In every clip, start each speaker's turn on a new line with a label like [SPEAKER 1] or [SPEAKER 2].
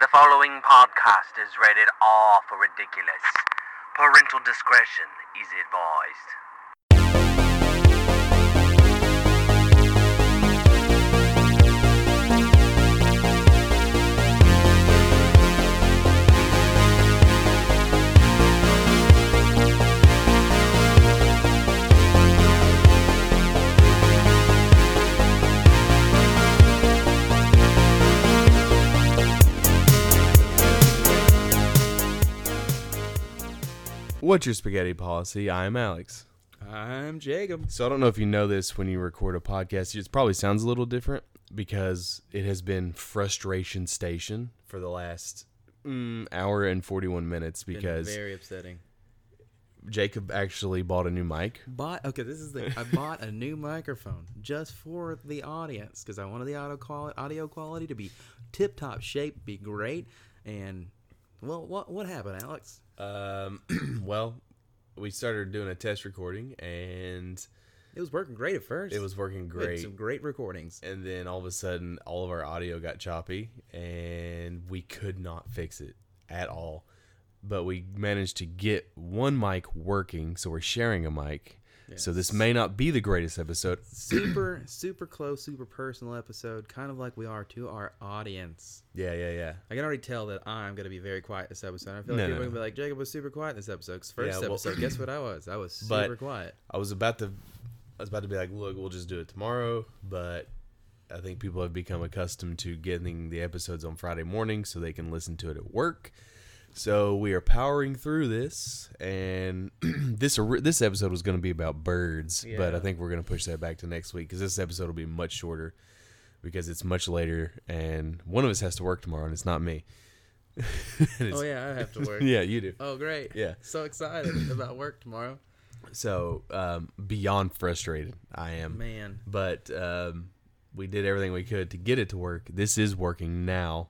[SPEAKER 1] The following podcast is rated R for ridiculous. Parental discretion is advised.
[SPEAKER 2] What's your spaghetti policy? I'm Alex.
[SPEAKER 3] I'm Jacob.
[SPEAKER 2] So I don't know if you know this when you record a podcast, it probably sounds a little different because it has been frustration station for the last mm, hour and 41 minutes because
[SPEAKER 3] very upsetting.
[SPEAKER 2] Jacob actually bought a new mic.
[SPEAKER 3] Bought okay. This is the I bought a new microphone just for the audience because I wanted the audio quality, audio quality to be tip top shape, be great, and well, what what happened, Alex?
[SPEAKER 2] Um, well, we started doing a test recording and
[SPEAKER 3] It was working great at first.
[SPEAKER 2] it was working
[SPEAKER 3] We had
[SPEAKER 2] great.
[SPEAKER 3] Some great recordings.
[SPEAKER 2] And then all of a sudden, all of our audio got choppy and we could not fix it at all. But we managed to get one mic working, so we're sharing a mic. So this may not be the greatest episode.
[SPEAKER 3] Super super close, super personal episode, kind of like we are to our audience.
[SPEAKER 2] Yeah, yeah, yeah.
[SPEAKER 3] I can already tell that I'm gonna be very quiet this episode. I feel
[SPEAKER 2] No,
[SPEAKER 3] like
[SPEAKER 2] no,
[SPEAKER 3] people are
[SPEAKER 2] no.
[SPEAKER 3] gonna be like, Jacob was super quiet this episode. 'Cause First
[SPEAKER 2] Yeah, well-
[SPEAKER 3] episode, guess what I was? I was
[SPEAKER 2] But-
[SPEAKER 3] super quiet.
[SPEAKER 2] I was about to I was about to be like, "Look, we'll just do it tomorrow," but I think people have become accustomed to getting the episodes on Friday morning so they can listen to it at work. So we are powering through this, and this ori- this episode was going to be about birds, but I
[SPEAKER 3] Yeah.
[SPEAKER 2] think we're going to push that back to next week because this episode will be much shorter because it's much later, and one of us has to work tomorrow, and it's not me. And
[SPEAKER 3] Oh
[SPEAKER 2] it's-
[SPEAKER 3] yeah, I have to work.
[SPEAKER 2] yeah, you do.
[SPEAKER 3] Oh, great.
[SPEAKER 2] Yeah.
[SPEAKER 3] So excited about work tomorrow.
[SPEAKER 2] So um, beyond frustrated, I am.
[SPEAKER 3] Man.
[SPEAKER 2] but um, we did everything we could to get it to work. This is working now,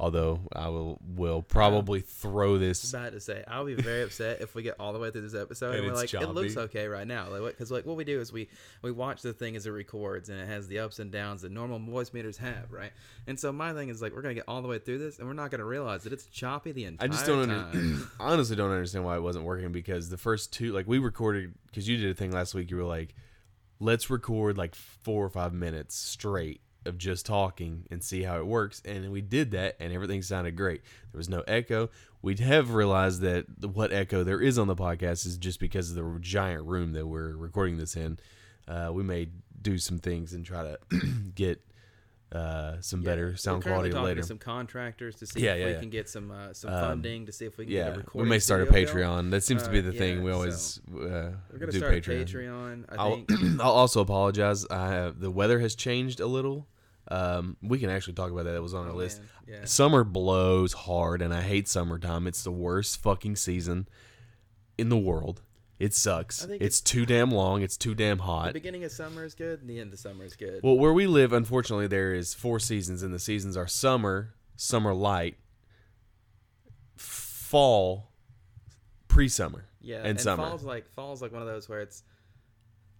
[SPEAKER 2] although I will will probably throw this.
[SPEAKER 3] About to say, I'll be very upset if we get all the way through this episode and,
[SPEAKER 2] And
[SPEAKER 3] we're like,
[SPEAKER 2] it's
[SPEAKER 3] it looks
[SPEAKER 2] choppy.
[SPEAKER 3] okay right now. Like, because like what we do is we we watch the thing as it records and it has the ups and downs that normal voice meters have, right? And so my thing is like, we're gonna get all the way through this and we're not gonna realize that it's choppy the entire
[SPEAKER 2] I just don't
[SPEAKER 3] time.
[SPEAKER 2] under, honestly don't understand why it wasn't working because the first two like we recorded because you did a thing last week. You were like, let's record like four or five minutes straight of just talking and see how it works. And we did that, and everything sounded great. There was no echo. We have realized that the- what echo there is on the podcast is just because of the giant room that we're recording this in. Uh, we may do some things and try to get uh, some better sound
[SPEAKER 3] We're
[SPEAKER 2] quality
[SPEAKER 3] currently talking
[SPEAKER 2] later.
[SPEAKER 3] To some contractors to see
[SPEAKER 2] Yeah,
[SPEAKER 3] if
[SPEAKER 2] yeah,
[SPEAKER 3] we
[SPEAKER 2] yeah.
[SPEAKER 3] can get some uh, some funding to see if we can get
[SPEAKER 2] yeah,
[SPEAKER 3] a
[SPEAKER 2] we
[SPEAKER 3] recording.
[SPEAKER 2] may start a
[SPEAKER 3] studio built.
[SPEAKER 2] Patreon. That seems to be
[SPEAKER 3] Uh,
[SPEAKER 2] the thing
[SPEAKER 3] yeah,
[SPEAKER 2] we
[SPEAKER 3] so-
[SPEAKER 2] always uh,
[SPEAKER 3] We're gonna
[SPEAKER 2] do
[SPEAKER 3] start
[SPEAKER 2] Patreon.
[SPEAKER 3] a Patreon. I
[SPEAKER 2] I'll,
[SPEAKER 3] think
[SPEAKER 2] I'll also apologize. I, the weather has changed a little. Um, we can actually talk about that. That was on our list.
[SPEAKER 3] Oh, man. Yeah.
[SPEAKER 2] Summer blows hard, and I hate summertime. It's the worst fucking season in the world. It sucks. It's,
[SPEAKER 3] I think it's-
[SPEAKER 2] too damn long. It's too damn hot.
[SPEAKER 3] the beginning of summer is good and the end of summer is good.
[SPEAKER 2] Well, where we live, unfortunately, there is four seasons, and the seasons are summer, summer light, fall, pre-summer,
[SPEAKER 3] Yeah,
[SPEAKER 2] and, summer.
[SPEAKER 3] fall's like fall's like one of those where it's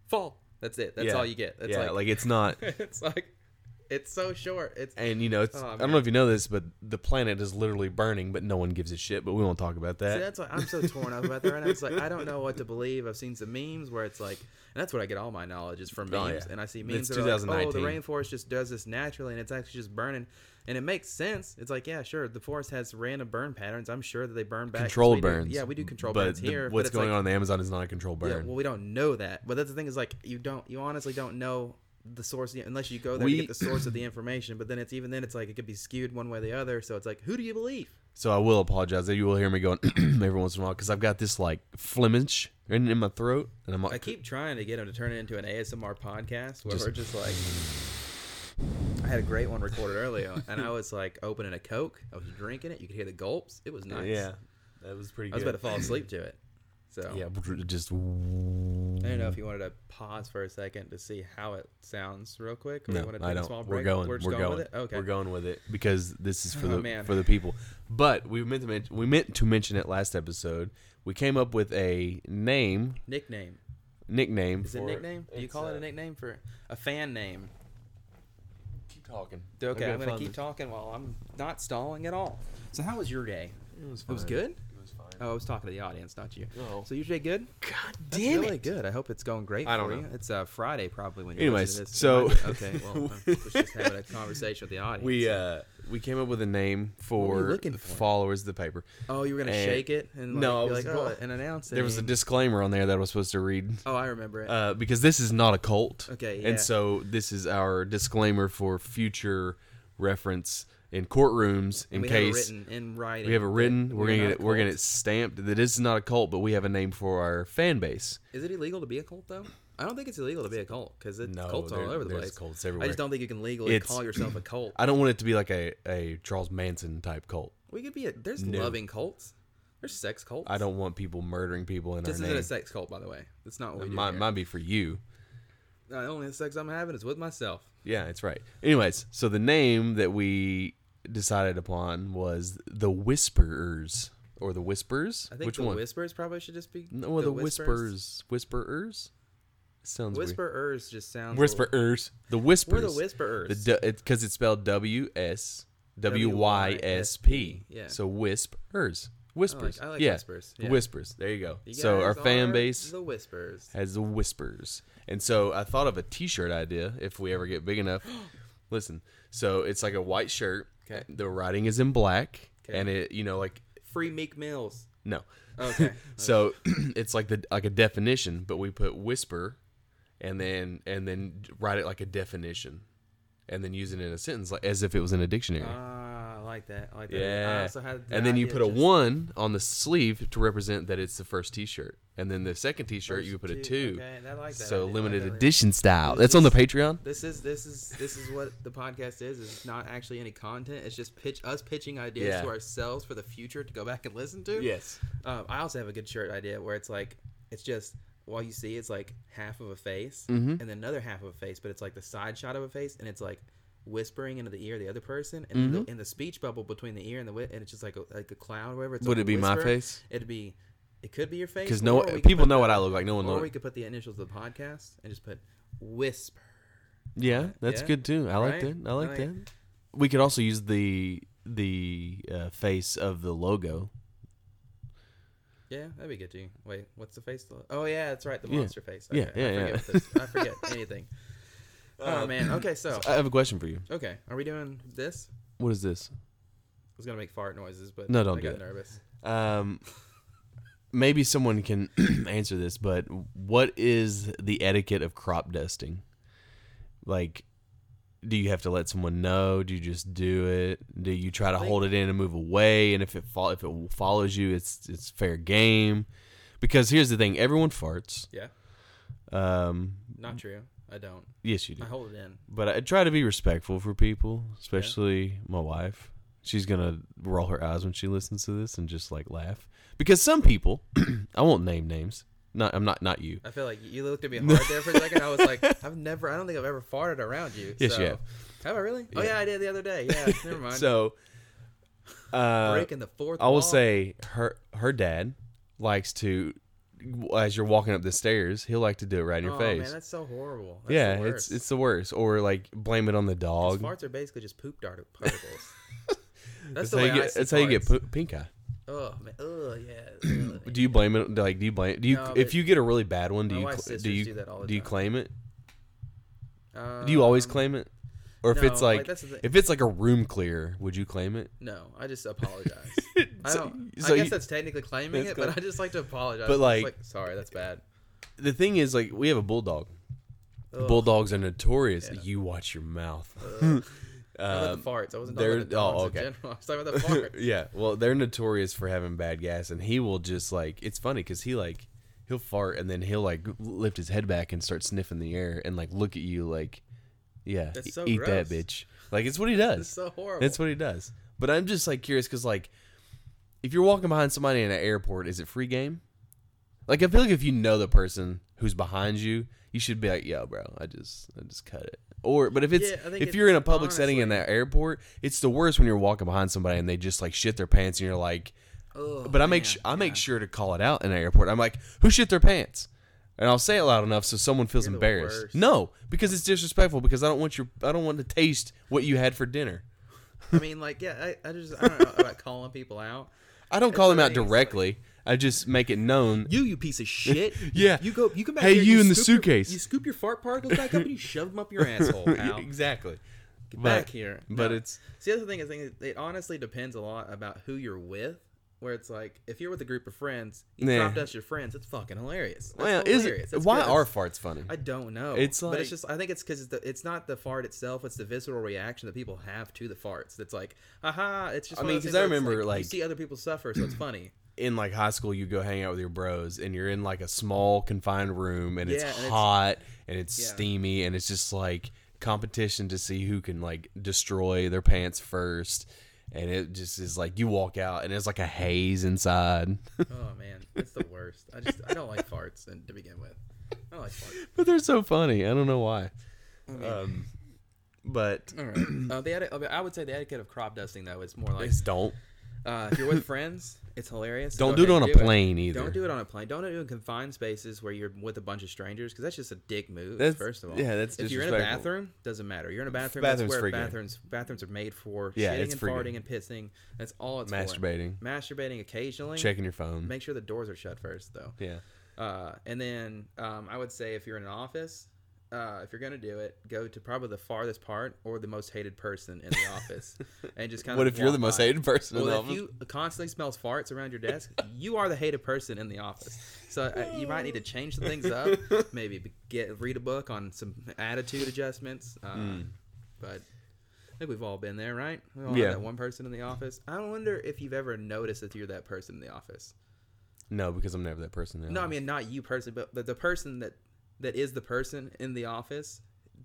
[SPEAKER 3] fall. That's it. That's
[SPEAKER 2] Yeah.
[SPEAKER 3] all you get. It's
[SPEAKER 2] yeah,
[SPEAKER 3] like,
[SPEAKER 2] like it's not.
[SPEAKER 3] it's like it's so short. It's
[SPEAKER 2] And you know, it's,
[SPEAKER 3] Oh,
[SPEAKER 2] I don't know if you know this, but the planet is literally burning, but no one gives a shit. But we won't talk about
[SPEAKER 3] See,
[SPEAKER 2] that.
[SPEAKER 3] that's why I'm so torn up about that right now. It's like I don't know what to believe. I've seen some memes where it's like, and that's what I get all my knowledge is from
[SPEAKER 2] Oh,
[SPEAKER 3] memes.
[SPEAKER 2] yeah.
[SPEAKER 3] And I see
[SPEAKER 2] It's
[SPEAKER 3] memes that are like, oh, the
[SPEAKER 2] 2019.
[SPEAKER 3] rainforest just does this naturally, and it's actually just burning, and it makes sense. It's like, yeah, sure, the forest has random burn patterns. I'm sure that they burn back. 'cause we
[SPEAKER 2] controlled
[SPEAKER 3] do-
[SPEAKER 2] burns.
[SPEAKER 3] yeah, we do control
[SPEAKER 2] but
[SPEAKER 3] burns
[SPEAKER 2] the-
[SPEAKER 3] here. but
[SPEAKER 2] what's
[SPEAKER 3] it's
[SPEAKER 2] going
[SPEAKER 3] like,
[SPEAKER 2] on in the Amazon is not a controlled burn.
[SPEAKER 3] Yeah, well, we don't know that, but that's the thing is like you don't, you honestly don't know the source of the- unless you go there
[SPEAKER 2] We-
[SPEAKER 3] to get the source of the information. But then it's even then it's like it could be skewed one way or the other. So it's like, who do you believe?
[SPEAKER 2] so I will apologize that you will hear me going every once in a while because I've got this like Flemish in, in my throat, and I'm like,
[SPEAKER 3] I keep trying to get him to turn it into an ASMR podcast where we're just like. I had a great one recorded earlier, and I was like opening a Coke. I was drinking it. You could hear the gulps. It was nice.
[SPEAKER 2] yeah, that was pretty.
[SPEAKER 3] I was about to fall asleep to it. So
[SPEAKER 2] Yeah, just
[SPEAKER 3] I don't know if you wanted to pause for a second to see how it sounds real quick. Or you
[SPEAKER 2] no,
[SPEAKER 3] want to
[SPEAKER 2] I
[SPEAKER 3] take a
[SPEAKER 2] don't.
[SPEAKER 3] small
[SPEAKER 2] we're
[SPEAKER 3] break.
[SPEAKER 2] going.
[SPEAKER 3] We're
[SPEAKER 2] We're,
[SPEAKER 3] just
[SPEAKER 2] going.
[SPEAKER 3] with it. Okay.
[SPEAKER 2] We're going with it because this is for
[SPEAKER 3] Oh,
[SPEAKER 2] the
[SPEAKER 3] man.
[SPEAKER 2] for the people. But we meant to mention, we meant to mention it last episode. We came up with a name
[SPEAKER 3] Nickname.
[SPEAKER 2] nickname.
[SPEAKER 3] Is it
[SPEAKER 2] for uh,
[SPEAKER 3] a nickname? Do you
[SPEAKER 2] it's,
[SPEAKER 3] call it
[SPEAKER 2] uh,
[SPEAKER 3] a nickname for a fan name?
[SPEAKER 2] talking.
[SPEAKER 3] Okay,
[SPEAKER 2] I've
[SPEAKER 3] I'm
[SPEAKER 2] got
[SPEAKER 3] gonna
[SPEAKER 2] fun.
[SPEAKER 3] keep talking while I'm not stalling at all. So how was your day?
[SPEAKER 2] It was,
[SPEAKER 3] It was
[SPEAKER 2] fine.
[SPEAKER 3] good.
[SPEAKER 2] It was fine.
[SPEAKER 3] Oh, I was talking to the audience, not you.
[SPEAKER 2] Uh, Oh.
[SPEAKER 3] So your day good?
[SPEAKER 2] God
[SPEAKER 3] That's really good. I hope it's going great
[SPEAKER 2] I
[SPEAKER 3] for
[SPEAKER 2] don't
[SPEAKER 3] you.
[SPEAKER 2] know.
[SPEAKER 3] It's uh, Friday probably when you
[SPEAKER 2] Anyways,
[SPEAKER 3] listen to this.
[SPEAKER 2] so-
[SPEAKER 3] okay, well, let's just have a conversation with the audience.
[SPEAKER 2] We uh we came up with a name
[SPEAKER 3] were you
[SPEAKER 2] for,
[SPEAKER 3] looking for?
[SPEAKER 2] followers of the paper.
[SPEAKER 3] oh, you were gonna
[SPEAKER 2] and-
[SPEAKER 3] shake it and like,
[SPEAKER 2] No,
[SPEAKER 3] be
[SPEAKER 2] I was-
[SPEAKER 3] like, oh,
[SPEAKER 2] well,
[SPEAKER 3] and announce it.
[SPEAKER 2] There was a disclaimer on there that I was supposed to read.
[SPEAKER 3] oh, I remember it.
[SPEAKER 2] Uh, because this is not a cult.
[SPEAKER 3] Okay, yeah.
[SPEAKER 2] And so this is our disclaimer for future reference in courtrooms in
[SPEAKER 3] we
[SPEAKER 2] case
[SPEAKER 3] have it written in writing.
[SPEAKER 2] we have it written.
[SPEAKER 3] that
[SPEAKER 2] We're gonna
[SPEAKER 3] not
[SPEAKER 2] get
[SPEAKER 3] a
[SPEAKER 2] it, we're
[SPEAKER 3] cult.
[SPEAKER 2] gonna get it stamped that this is not a cult, but we have a name for our fan base.
[SPEAKER 3] Is it illegal to be a cult though? I don't think it's illegal to be a cult because it's
[SPEAKER 2] No,
[SPEAKER 3] cults all
[SPEAKER 2] there-
[SPEAKER 3] over the
[SPEAKER 2] there's
[SPEAKER 3] place.
[SPEAKER 2] cults
[SPEAKER 3] I
[SPEAKER 2] everywhere.
[SPEAKER 3] just don't think you can legally
[SPEAKER 2] It's-
[SPEAKER 3] call yourself a cult.
[SPEAKER 2] I don't want it to be like a, a Charles Manson type cult.
[SPEAKER 3] We could be a. There's
[SPEAKER 2] No.
[SPEAKER 3] loving cults. There's sex cults.
[SPEAKER 2] I don't want people murdering people in
[SPEAKER 3] This
[SPEAKER 2] our
[SPEAKER 3] isn't
[SPEAKER 2] name.
[SPEAKER 3] a sex cult, by the way. That's not what we
[SPEAKER 2] It
[SPEAKER 3] do.
[SPEAKER 2] might,
[SPEAKER 3] here.
[SPEAKER 2] might be for you.
[SPEAKER 3] The only sex I'm having is with myself.
[SPEAKER 2] Yeah, that's right. Anyways, so the name that we decided upon was the Whisperers or the Whispers.
[SPEAKER 3] I think
[SPEAKER 2] Which
[SPEAKER 3] the
[SPEAKER 2] one?
[SPEAKER 3] whispers probably should just be.
[SPEAKER 2] no, well, the,
[SPEAKER 3] whispers.
[SPEAKER 2] Whispers. Whisperers. Sounds
[SPEAKER 3] Whisperers just sounds.
[SPEAKER 2] weird.
[SPEAKER 3] a little-
[SPEAKER 2] Whisperers. The Whispers.
[SPEAKER 3] We're the whisperers.
[SPEAKER 2] Because it's spelled W S W Y S P.
[SPEAKER 3] Yeah.
[SPEAKER 2] So Whispers. Whispers.
[SPEAKER 3] I like
[SPEAKER 2] yeah.
[SPEAKER 3] Whispers, yeah.
[SPEAKER 2] Whispers. There you go.
[SPEAKER 3] You
[SPEAKER 2] so our
[SPEAKER 3] guys
[SPEAKER 2] fan
[SPEAKER 3] are
[SPEAKER 2] base
[SPEAKER 3] The whispers.
[SPEAKER 2] has the whispers. And so I thought of a t-shirt idea if we ever get big enough. Listen. So it's like a white shirt.
[SPEAKER 3] Okay.
[SPEAKER 2] The writing is in black
[SPEAKER 3] Okay.
[SPEAKER 2] and it, you know, like
[SPEAKER 3] Free Meek Mills.
[SPEAKER 2] no.
[SPEAKER 3] Okay.
[SPEAKER 2] So it's like the like a definition, but we put whisper and then and then write it like a definition and then use it in a sentence like as if it was in a dictionary.
[SPEAKER 3] Ah, I like that. I like that. uh, I
[SPEAKER 2] yeah.
[SPEAKER 3] also had the
[SPEAKER 2] and then you
[SPEAKER 3] idea
[SPEAKER 2] put a
[SPEAKER 3] just-
[SPEAKER 2] 1 on the sleeve to represent that it's the first t-shirt. And then the second t-shirt you
[SPEAKER 3] First
[SPEAKER 2] put a 2.
[SPEAKER 3] two. Okay, I like that
[SPEAKER 2] So
[SPEAKER 3] idea. I
[SPEAKER 2] limited
[SPEAKER 3] like that
[SPEAKER 2] edition style.
[SPEAKER 3] This
[SPEAKER 2] That's on the
[SPEAKER 3] is-
[SPEAKER 2] Patreon.
[SPEAKER 3] This is this is this is what the podcast is. It's not actually any content. It's just pitch us pitching ideas
[SPEAKER 2] Yeah.
[SPEAKER 3] to ourselves for the future to go back and listen to.
[SPEAKER 2] Yes.
[SPEAKER 3] Um, I also have a good shirt idea where it's like it's just while you see it's like half of a face
[SPEAKER 2] Mm-hmm.
[SPEAKER 3] and then another half of a face, but it's like the side shot of a face and it's like whispering into the ear of the other person and in,
[SPEAKER 2] Mm-hmm.
[SPEAKER 3] the, in the speech bubble between the ear and the wit and it's just like a, like a cloud or whatever. It's
[SPEAKER 2] Would
[SPEAKER 3] like
[SPEAKER 2] it
[SPEAKER 3] a
[SPEAKER 2] be my
[SPEAKER 3] whisper.
[SPEAKER 2] face?
[SPEAKER 3] It'd be. It could be your face
[SPEAKER 2] Because no
[SPEAKER 3] or we could
[SPEAKER 2] people
[SPEAKER 3] put
[SPEAKER 2] know
[SPEAKER 3] the-
[SPEAKER 2] what I look like. No one
[SPEAKER 3] Or we
[SPEAKER 2] knows.
[SPEAKER 3] could put the initials of the podcast and just put whisper.
[SPEAKER 2] Yeah, that's
[SPEAKER 3] Yeah.
[SPEAKER 2] good too. I like
[SPEAKER 3] Right? Oh,
[SPEAKER 2] that. I like
[SPEAKER 3] Right.
[SPEAKER 2] that. We could also use the the uh, face of the logo.
[SPEAKER 3] Yeah, that'd be good too. Wait, what's the face? lo- Oh yeah, that's right, the
[SPEAKER 2] Yeah.
[SPEAKER 3] monster face.
[SPEAKER 2] Yeah,
[SPEAKER 3] Okay,
[SPEAKER 2] yeah,
[SPEAKER 3] I
[SPEAKER 2] yeah.
[SPEAKER 3] forget what this- I forget anything. Oh man. Okay, so
[SPEAKER 2] I have a question for you.
[SPEAKER 3] okay, are we doing this? I
[SPEAKER 2] What is this?
[SPEAKER 3] was gonna make fart noises, but
[SPEAKER 2] No, don't
[SPEAKER 3] I
[SPEAKER 2] do
[SPEAKER 3] got
[SPEAKER 2] it.
[SPEAKER 3] nervous.
[SPEAKER 2] Um, maybe someone can answer this, but what is the etiquette of crop dusting? Like, do you have to let someone know? Do you just do it? Do you try to hold it in and move away? And if it fo- if it follows you, it's it's fair game. Because here's the thing: everyone farts.
[SPEAKER 3] Yeah,
[SPEAKER 2] Um,
[SPEAKER 3] not true. I don't.
[SPEAKER 2] yes, you do.
[SPEAKER 3] I hold it in.
[SPEAKER 2] But I try to be respectful for people, especially my wife. She's gonna roll her eyes when she listens to this and just like laugh because some people, I won't name names. Not I'm not not you.
[SPEAKER 3] I feel like you looked at me hard there for a second. I was like, I've never. I don't think I've ever farted around you.
[SPEAKER 2] Yes,
[SPEAKER 3] so.
[SPEAKER 2] you have.
[SPEAKER 3] Have I really? Oh yeah, I did the other day. Yeah, never mind.
[SPEAKER 2] So, uh,
[SPEAKER 3] Breaking the fourth.
[SPEAKER 2] I will
[SPEAKER 3] wall.
[SPEAKER 2] say her her dad likes to, as you're walking up the stairs, he'll like to do it right in your
[SPEAKER 3] oh,
[SPEAKER 2] face.
[SPEAKER 3] man, that's so horrible. That's
[SPEAKER 2] yeah,
[SPEAKER 3] the
[SPEAKER 2] it's
[SPEAKER 3] worst.
[SPEAKER 2] it's the worst. Or like blame it on the dog.
[SPEAKER 3] farts are basically just poop dart- particles.
[SPEAKER 2] That's
[SPEAKER 3] That's, the
[SPEAKER 2] how
[SPEAKER 3] way
[SPEAKER 2] you
[SPEAKER 3] I
[SPEAKER 2] get.
[SPEAKER 3] see
[SPEAKER 2] That's how you get
[SPEAKER 3] farts.
[SPEAKER 2] po- pink eye.
[SPEAKER 3] Oh, man. Oh, yeah. Ugh.
[SPEAKER 2] Do you blame it? Like, do you blame? Do you
[SPEAKER 3] No,
[SPEAKER 2] if
[SPEAKER 3] but-
[SPEAKER 2] you get a really bad one? Do
[SPEAKER 3] My
[SPEAKER 2] you
[SPEAKER 3] wife's
[SPEAKER 2] cl- do
[SPEAKER 3] sisters
[SPEAKER 2] you
[SPEAKER 3] do that all the
[SPEAKER 2] do you
[SPEAKER 3] time.
[SPEAKER 2] claim it? Do you always
[SPEAKER 3] Um,
[SPEAKER 2] claim it? Or if
[SPEAKER 3] no,
[SPEAKER 2] it's
[SPEAKER 3] like,
[SPEAKER 2] like,
[SPEAKER 3] that's the thing.
[SPEAKER 2] if it's like a room clear, would you claim it?
[SPEAKER 3] No, I just apologize. I
[SPEAKER 2] So-
[SPEAKER 3] don't.
[SPEAKER 2] so
[SPEAKER 3] I guess
[SPEAKER 2] you-
[SPEAKER 3] that's technically claiming
[SPEAKER 2] That's
[SPEAKER 3] it, but
[SPEAKER 2] claim-
[SPEAKER 3] I just like to apologize.
[SPEAKER 2] But,
[SPEAKER 3] I'm just
[SPEAKER 2] like-
[SPEAKER 3] sorry, that's bad.
[SPEAKER 2] The thing is, like, we have a bulldog.
[SPEAKER 3] Ugh.
[SPEAKER 2] Bulldogs are notorious. You watch your mouth.
[SPEAKER 3] I
[SPEAKER 2] Um,
[SPEAKER 3] love the farts. I wasn't talking about the
[SPEAKER 2] they're- oh,
[SPEAKER 3] dogs
[SPEAKER 2] okay.
[SPEAKER 3] in general. I was talking about the farts.
[SPEAKER 2] yeah, well, they're notorious for having bad gas, and he will just like it's funny because he like he'll fart and then he'll like lift his head back and start sniffing the air and like look at you like, yeah,
[SPEAKER 3] That's
[SPEAKER 2] e-
[SPEAKER 3] so
[SPEAKER 2] eat that
[SPEAKER 3] gross.
[SPEAKER 2] bitch. Like it's what he does.
[SPEAKER 3] It's so horrible.
[SPEAKER 2] That's what he does. But I'm just like curious because like, if you're walking behind somebody in an airport, is it free game? Like I feel like if you know the person who's behind you, you should be like, "Yo, bro, I just I just cut it." Or but if it's
[SPEAKER 3] Yeah, I think
[SPEAKER 2] if
[SPEAKER 3] it-
[SPEAKER 2] you're in a public setting in that airport, it's the worst when you're walking behind somebody and they just like shit their pants and you're like,
[SPEAKER 3] Ugh,
[SPEAKER 2] but I make
[SPEAKER 3] man.
[SPEAKER 2] su- I make sure to call it out in an airport. I'm like, who shit their pants? and I'll say it loud enough so someone feels
[SPEAKER 3] You're the
[SPEAKER 2] embarrassed.
[SPEAKER 3] worst.
[SPEAKER 2] No, because it's disrespectful. Because I don't want your I don't want to taste what you had for dinner.
[SPEAKER 3] I mean, like, yeah, I, I just I don't know about calling people out.
[SPEAKER 2] I don't call them out
[SPEAKER 3] Everything's like-
[SPEAKER 2] directly. I just make it known.
[SPEAKER 3] You, you piece of shit.
[SPEAKER 2] Yeah.
[SPEAKER 3] You go. You come back.
[SPEAKER 2] Hey,
[SPEAKER 3] here,
[SPEAKER 2] you in the
[SPEAKER 3] scoop your-
[SPEAKER 2] suitcase.
[SPEAKER 3] you scoop your fart particles back up and you shove them up your asshole. Pal.
[SPEAKER 2] Yeah, exactly. But-
[SPEAKER 3] Get back here.
[SPEAKER 2] But
[SPEAKER 3] No.
[SPEAKER 2] it's
[SPEAKER 3] See, the other thing is, thing is, it honestly depends a lot about who you're with. Where it's like, if you're with a group of friends, you
[SPEAKER 2] Nah.
[SPEAKER 3] dropped us your friends. It's fucking hilarious. That's
[SPEAKER 2] well, is
[SPEAKER 3] hilarious.
[SPEAKER 2] it?
[SPEAKER 3] That's
[SPEAKER 2] Why
[SPEAKER 3] good.
[SPEAKER 2] are farts funny?
[SPEAKER 3] I don't know.
[SPEAKER 2] It's
[SPEAKER 3] but
[SPEAKER 2] like-
[SPEAKER 3] it's just I think it's because it's, the- it's not the fart itself; it's the visceral reaction that people have to the farts. That's like, haha! It's just.
[SPEAKER 2] I
[SPEAKER 3] one of
[SPEAKER 2] mean,
[SPEAKER 3] those
[SPEAKER 2] 'cause I
[SPEAKER 3] things where it's
[SPEAKER 2] remember,
[SPEAKER 3] you
[SPEAKER 2] like-
[SPEAKER 3] see other people suffer, so it's funny.
[SPEAKER 2] in like high school, you go hang out with your bros, and you're in like a small confined room, and it's
[SPEAKER 3] Yeah, and it's-
[SPEAKER 2] hot, and it's
[SPEAKER 3] Yeah.
[SPEAKER 2] steamy, and it's just like competition to see who can like destroy their pants first. And it just is like you walk out, and it's like a haze inside.
[SPEAKER 3] oh man, it's the worst. I just I don't like farts, and to begin with, I don't like farts.
[SPEAKER 2] but they're so funny. I don't know why. Um, but
[SPEAKER 3] All right. Uh, the eti- I mean, I would say the etiquette of crop dusting though is more like
[SPEAKER 2] just don't
[SPEAKER 3] uh, if you're with friends, it's hilarious.
[SPEAKER 2] don't
[SPEAKER 3] Go
[SPEAKER 2] do it
[SPEAKER 3] ahead
[SPEAKER 2] on
[SPEAKER 3] and
[SPEAKER 2] a plane either.
[SPEAKER 3] Don't do it on a plane. Don't do it in confined spaces where you're with a bunch of strangers because that's just a dick move.
[SPEAKER 2] That's-
[SPEAKER 3] first of all,
[SPEAKER 2] yeah, that's
[SPEAKER 3] if you're in a
[SPEAKER 2] disrespectful.
[SPEAKER 3] bathroom, doesn't matter. You're in a bathroom.
[SPEAKER 2] Bathrooms
[SPEAKER 3] that's where
[SPEAKER 2] free game.
[SPEAKER 3] bathrooms bathrooms are made for
[SPEAKER 2] Yeah,
[SPEAKER 3] shitting
[SPEAKER 2] it's
[SPEAKER 3] and
[SPEAKER 2] free
[SPEAKER 3] farting
[SPEAKER 2] game.
[SPEAKER 3] and pissing. That's all it's
[SPEAKER 2] Masturbating.
[SPEAKER 3] for. masturbating occasionally.
[SPEAKER 2] checking your phone.
[SPEAKER 3] Make sure the doors are shut first though.
[SPEAKER 2] yeah.
[SPEAKER 3] Uh, and then um, I would say if you're in an office, uh, if you're gonna do it, go to probably the farthest part or the most hated person in the office, and just kind of.
[SPEAKER 2] What if you're the
[SPEAKER 3] walk
[SPEAKER 2] most
[SPEAKER 3] by.
[SPEAKER 2] hated person in the
[SPEAKER 3] Well, if
[SPEAKER 2] office?
[SPEAKER 3] you constantly smells farts around your desk, you are the hated person in the office. So uh, you might need to change some things up. Maybe be- get read a book on some attitude adjustments. Uh, But I think we've all been there, right? We all have
[SPEAKER 2] Hmm. Yeah.
[SPEAKER 3] that one person in the office. I wonder if you've ever noticed that you're that person in the office.
[SPEAKER 2] no, because I'm never that person. in
[SPEAKER 3] No, I
[SPEAKER 2] life.
[SPEAKER 3] mean not you person, but the, the person that that is the person in the office.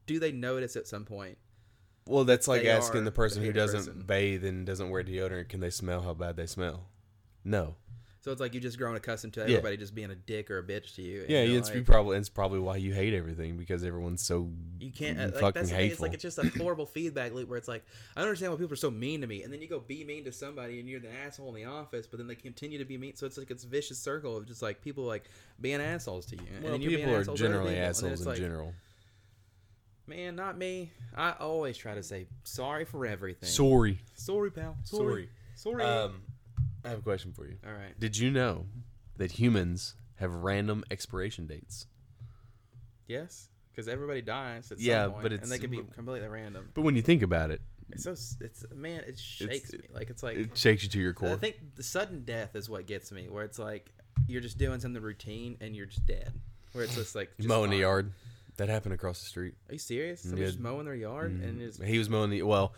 [SPEAKER 3] Do they notice at some point?
[SPEAKER 2] well, that's like
[SPEAKER 3] they
[SPEAKER 2] asking
[SPEAKER 3] are
[SPEAKER 2] the person
[SPEAKER 3] the
[SPEAKER 2] who
[SPEAKER 3] hated
[SPEAKER 2] doesn't
[SPEAKER 3] person.
[SPEAKER 2] bathe and doesn't wear deodorant, can they smell how bad they smell? No.
[SPEAKER 3] So it's like you just grown accustomed to
[SPEAKER 2] Yeah.
[SPEAKER 3] everybody just being a dick or a bitch to you. and
[SPEAKER 2] Yeah,
[SPEAKER 3] you're
[SPEAKER 2] it's
[SPEAKER 3] like-
[SPEAKER 2] probably it's probably why you hate everything because everyone's so
[SPEAKER 3] you can't uh, like
[SPEAKER 2] fucking
[SPEAKER 3] that's the thing. It's
[SPEAKER 2] hateful.
[SPEAKER 3] like it's just a horrible feedback loop where it's like I don't understand why people are so mean to me, and then you go be mean to somebody, and you're the asshole in the office, but then they continue to be mean. So it's like it's vicious circle of just like people like being assholes to you, and
[SPEAKER 2] well,
[SPEAKER 3] then you're being
[SPEAKER 2] people are
[SPEAKER 3] assholes to other
[SPEAKER 2] generally
[SPEAKER 3] people, and then
[SPEAKER 2] assholes
[SPEAKER 3] it's
[SPEAKER 2] in
[SPEAKER 3] like,
[SPEAKER 2] general.
[SPEAKER 3] Man, not me. I always try to say sorry for everything.
[SPEAKER 2] Sorry.
[SPEAKER 3] sorry, pal. Sorry. Sorry.
[SPEAKER 2] Um, I have a question for you.
[SPEAKER 3] All right.
[SPEAKER 2] Did you know that humans have random expiration dates?
[SPEAKER 3] Yes. Because everybody dies at
[SPEAKER 2] Yeah,
[SPEAKER 3] some point,
[SPEAKER 2] but
[SPEAKER 3] and they
[SPEAKER 2] it's-
[SPEAKER 3] can be completely random.
[SPEAKER 2] But when you think about it,
[SPEAKER 3] It's so s- it's man, it shakes me. Like it's like
[SPEAKER 2] it shakes you to your
[SPEAKER 3] I
[SPEAKER 2] core.
[SPEAKER 3] think the sudden death is what gets me, where it's like you're just doing something routine and you're just dead. Where it's just like just
[SPEAKER 2] Mowing the
[SPEAKER 3] fine.
[SPEAKER 2] yard. That happened across the street.
[SPEAKER 3] Are you serious? Somebody's just mowing their yard and it's
[SPEAKER 2] He was mowing the well.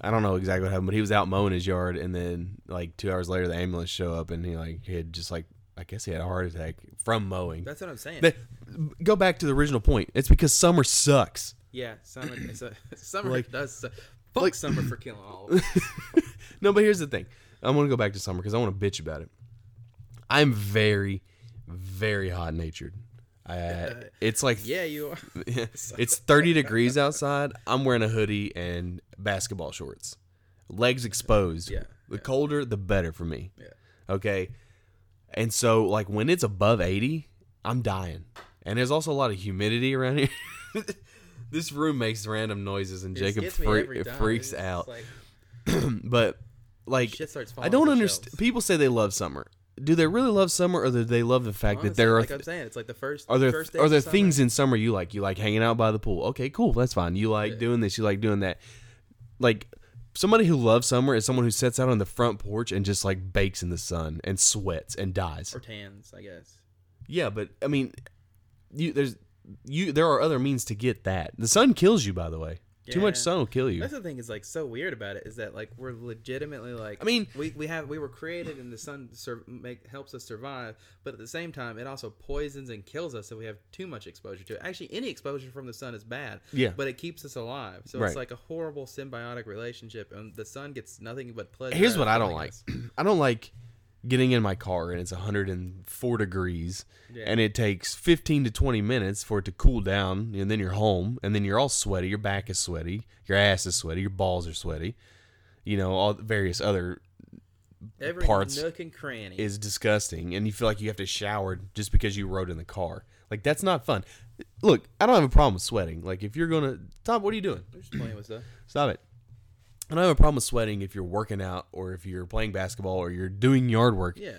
[SPEAKER 2] I don't know exactly what happened, but he was out mowing his yard, and then like two hours later, the ambulance show up, and he like he had just like I guess he had a heart attack from mowing.
[SPEAKER 3] that's what I'm saying.
[SPEAKER 2] That- go back to the original point. It's because summer sucks.
[SPEAKER 3] yeah, summer. It's a, summer
[SPEAKER 2] Like-
[SPEAKER 3] does. su- Fuck summer for killing all. of us.
[SPEAKER 2] no, but here's the thing. I'm gonna go back to summer because I want to bitch about it. I'm very, very hot natured. I, it's like
[SPEAKER 3] Yeah, you. Are.
[SPEAKER 2] it's 30 degrees outside. I'm wearing a hoodie and basketball shorts. Legs exposed.
[SPEAKER 3] Yeah,
[SPEAKER 2] The colder, the better for me.
[SPEAKER 3] Yeah.
[SPEAKER 2] Okay. And so, like, when it's above 80, I'm dying. And there's also a lot of humidity around here. this room makes random noises, and
[SPEAKER 3] It
[SPEAKER 2] Jacob
[SPEAKER 3] gets me
[SPEAKER 2] fre-
[SPEAKER 3] every
[SPEAKER 2] it
[SPEAKER 3] time.
[SPEAKER 2] freaks
[SPEAKER 3] It's just
[SPEAKER 2] out.
[SPEAKER 3] like,
[SPEAKER 2] but, like,
[SPEAKER 3] shit starts falling.
[SPEAKER 2] I don't
[SPEAKER 3] off the
[SPEAKER 2] understand.
[SPEAKER 3] shelves.
[SPEAKER 2] People say they love summer. Do they really love summer, or do they love the fact that
[SPEAKER 3] Honestly,
[SPEAKER 2] there are
[SPEAKER 3] like I'm saying, it's like the first.
[SPEAKER 2] are there
[SPEAKER 3] first day
[SPEAKER 2] are
[SPEAKER 3] of
[SPEAKER 2] there
[SPEAKER 3] summer.
[SPEAKER 2] things in summer you like? You like hanging out by the pool. Okay, cool. That's fine. You like doing this. You like doing that. Like somebody who loves summer is someone who sits out on the front porch and just like bakes in the sun and sweats and dies.
[SPEAKER 3] or tans? I guess.
[SPEAKER 2] Yeah, but I mean, you there's you there are other means to get that. The sun kills you, by the way. Too much
[SPEAKER 3] Yeah.
[SPEAKER 2] sun will kill you.
[SPEAKER 3] That's the thing is like so weird about it is that like we're legitimately like
[SPEAKER 2] I mean-
[SPEAKER 3] we, we have we were created and the sun sur- make helps us survive, but at the same time it also poisons and kills us if we have too much exposure to it. Actually, any exposure from the sun is bad.
[SPEAKER 2] Yeah.
[SPEAKER 3] but it keeps us alive, so
[SPEAKER 2] Right.
[SPEAKER 3] it's like a horrible symbiotic relationship, and the sun gets nothing but pleasure.
[SPEAKER 2] Here's
[SPEAKER 3] out
[SPEAKER 2] what
[SPEAKER 3] of
[SPEAKER 2] I don't
[SPEAKER 3] killing
[SPEAKER 2] like.
[SPEAKER 3] us.
[SPEAKER 2] I don't like getting in my car and it's 104 degrees
[SPEAKER 3] Yeah.
[SPEAKER 2] and it takes 15 to 20 minutes for it to cool down and then you're home and then you're all sweaty, your back is sweaty, your ass is sweaty, your balls are sweaty. You know, all the various other
[SPEAKER 3] Every
[SPEAKER 2] parts
[SPEAKER 3] nook and cranny.
[SPEAKER 2] is disgusting and you feel like you have to shower just because you rode in the car. Like that's not fun. Look, I don't have a problem with sweating. Like if you're gonna Tom, what are you doing?
[SPEAKER 3] I'm just playing with stuff.
[SPEAKER 2] Stop it. I don't have a problem with sweating if you're working out or if you're playing basketball or you're doing yard work.
[SPEAKER 3] Yeah.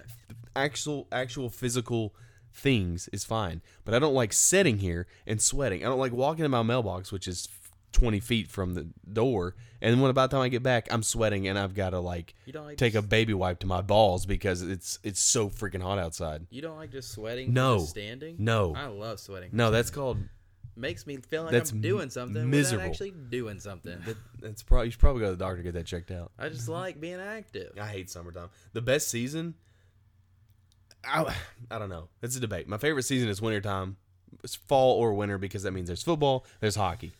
[SPEAKER 2] Actual actual physical things is fine. But I don't like sitting here and sweating. I don't like walking to my mailbox, which is twenty feet from the door, and when about the time I get back, I'm sweating and I've gotta like
[SPEAKER 3] You don't like
[SPEAKER 2] take a
[SPEAKER 3] just-
[SPEAKER 2] baby wipe to my balls because it's it's so freaking hot outside.
[SPEAKER 3] You don't like just sweating? from
[SPEAKER 2] No.
[SPEAKER 3] just standing?
[SPEAKER 2] No.
[SPEAKER 3] I love sweating.
[SPEAKER 2] No, that's called
[SPEAKER 3] Makes me feel like
[SPEAKER 2] That's
[SPEAKER 3] I'm doing something
[SPEAKER 2] miserable.
[SPEAKER 3] without actually doing something.
[SPEAKER 2] that's probably you should probably go to the doctor to get that checked out.
[SPEAKER 3] I just like being active.
[SPEAKER 2] I hate summertime. The best season, I, I don't know. It's a debate. My favorite season is wintertime, it's fall or winter, because that means there's football, there's hockey,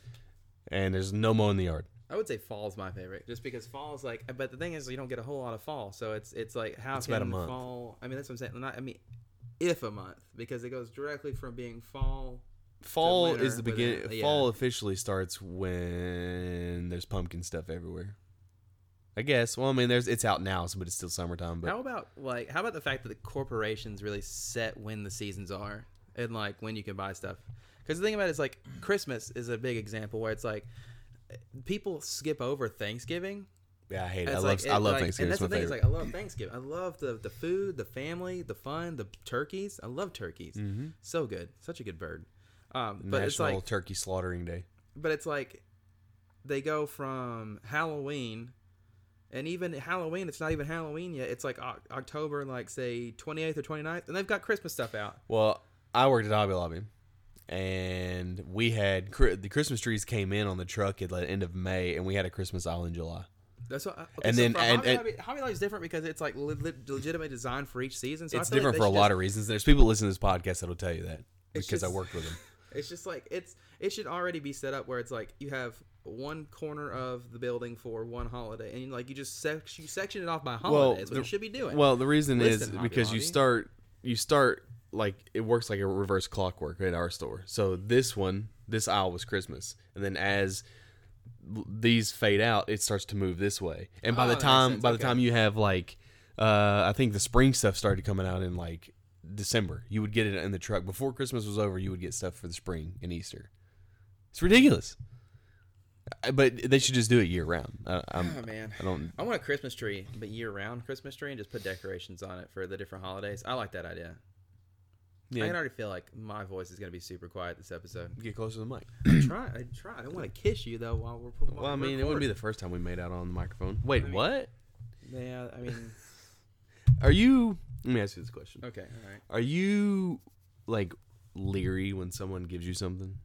[SPEAKER 2] and there's no mowing the yard.
[SPEAKER 3] I would say fall's my favorite, just because fall's like. But the thing is, you don't get a whole lot of fall, so it's it's like how
[SPEAKER 2] It's
[SPEAKER 3] can
[SPEAKER 2] about a month.
[SPEAKER 3] fall? I mean, that's what I'm saying. Not, I mean, if a month, because it goes directly from being fall.
[SPEAKER 2] Fall
[SPEAKER 3] winter,
[SPEAKER 2] is the
[SPEAKER 3] but
[SPEAKER 2] beginning.
[SPEAKER 3] then- yeah.
[SPEAKER 2] Fall officially starts when there's pumpkin stuff everywhere. I guess. Well, I mean, there's it's out now, so but it's still summertime. But
[SPEAKER 3] how about like how about the fact that the corporations really set when the seasons are and like when you can buy stuff? Because the thing about it is like Christmas is a big example where it's like people skip over Thanksgiving
[SPEAKER 2] yeah, I hate it. I
[SPEAKER 3] And
[SPEAKER 2] love
[SPEAKER 3] it's like-
[SPEAKER 2] I
[SPEAKER 3] it-
[SPEAKER 2] love
[SPEAKER 3] like-
[SPEAKER 2] Thanksgiving.
[SPEAKER 3] And
[SPEAKER 2] It's
[SPEAKER 3] that's
[SPEAKER 2] my
[SPEAKER 3] the thing.
[SPEAKER 2] favorite.
[SPEAKER 3] Is like I love Thanksgiving. I love the the food, the family, the fun, the turkeys. I love turkeys. So good. Such a good bird. Um, but
[SPEAKER 2] Mm-hmm. National
[SPEAKER 3] it's like,
[SPEAKER 2] Turkey Slaughtering Day.
[SPEAKER 3] but it's like, they go from Halloween, and even Halloween. It's not even Halloween yet. It's like Oc- October, like say twenty eighth or 29th, and they've got Christmas stuff out.
[SPEAKER 2] Well, I worked at Hobby Lobby, and we had Chri- the Christmas trees came in on the truck at the end of May, and we had a Christmas aisle in July.
[SPEAKER 3] That's what. I- Okay,
[SPEAKER 2] And
[SPEAKER 3] so
[SPEAKER 2] then-
[SPEAKER 3] for
[SPEAKER 2] and-
[SPEAKER 3] Hobby
[SPEAKER 2] and-
[SPEAKER 3] Lobby, Hobby Lobby is different because it's like le- le- legitimately designed for each season. So I
[SPEAKER 2] it's
[SPEAKER 3] feel like
[SPEAKER 2] different
[SPEAKER 3] they
[SPEAKER 2] for a
[SPEAKER 3] should
[SPEAKER 2] lot
[SPEAKER 3] just-
[SPEAKER 2] of reasons. There's people listening to this podcast that'll tell you that because
[SPEAKER 3] It's
[SPEAKER 2] I
[SPEAKER 3] just-
[SPEAKER 2] worked with them.
[SPEAKER 3] It's just like it's it should already be set up where it's like you have one corner of the building for one holiday, and like you just sec- you section it off by holiday. That's what you should be doing.
[SPEAKER 2] Well, the reason is
[SPEAKER 3] Listen, Hobby
[SPEAKER 2] because you
[SPEAKER 3] Lobby.
[SPEAKER 2] start you start like it works like a reverse clockwork at our store. So this one, this aisle was Christmas, and then as l- these fade out, it starts to move this way. And by
[SPEAKER 3] Oh,
[SPEAKER 2] the
[SPEAKER 3] that makes
[SPEAKER 2] time
[SPEAKER 3] sense.
[SPEAKER 2] by the
[SPEAKER 3] Okay.
[SPEAKER 2] time you have like uh I think the spring stuff started coming out in like December. You would get it in the truck before Christmas was over. You would get stuff for the spring and Easter. It's ridiculous. I- But they should just do it year round. I, I'm,
[SPEAKER 3] oh man,
[SPEAKER 2] I don't.
[SPEAKER 3] I want a Christmas tree, but year round Christmas tree, and just put decorations on it for the different holidays. I like that idea. I can
[SPEAKER 2] Yeah,
[SPEAKER 3] already feel like my voice is gonna be super quiet this episode.
[SPEAKER 2] get closer to the mic.
[SPEAKER 3] try, I try. I don't want to kiss you though while we're. While
[SPEAKER 2] Well, I mean, it wouldn't be the first time we made out on the microphone. Wait, what?
[SPEAKER 3] Yeah, I mean,
[SPEAKER 2] Are you? Let me ask you this question.
[SPEAKER 3] okay, all right.
[SPEAKER 2] Are you like leery when someone gives you something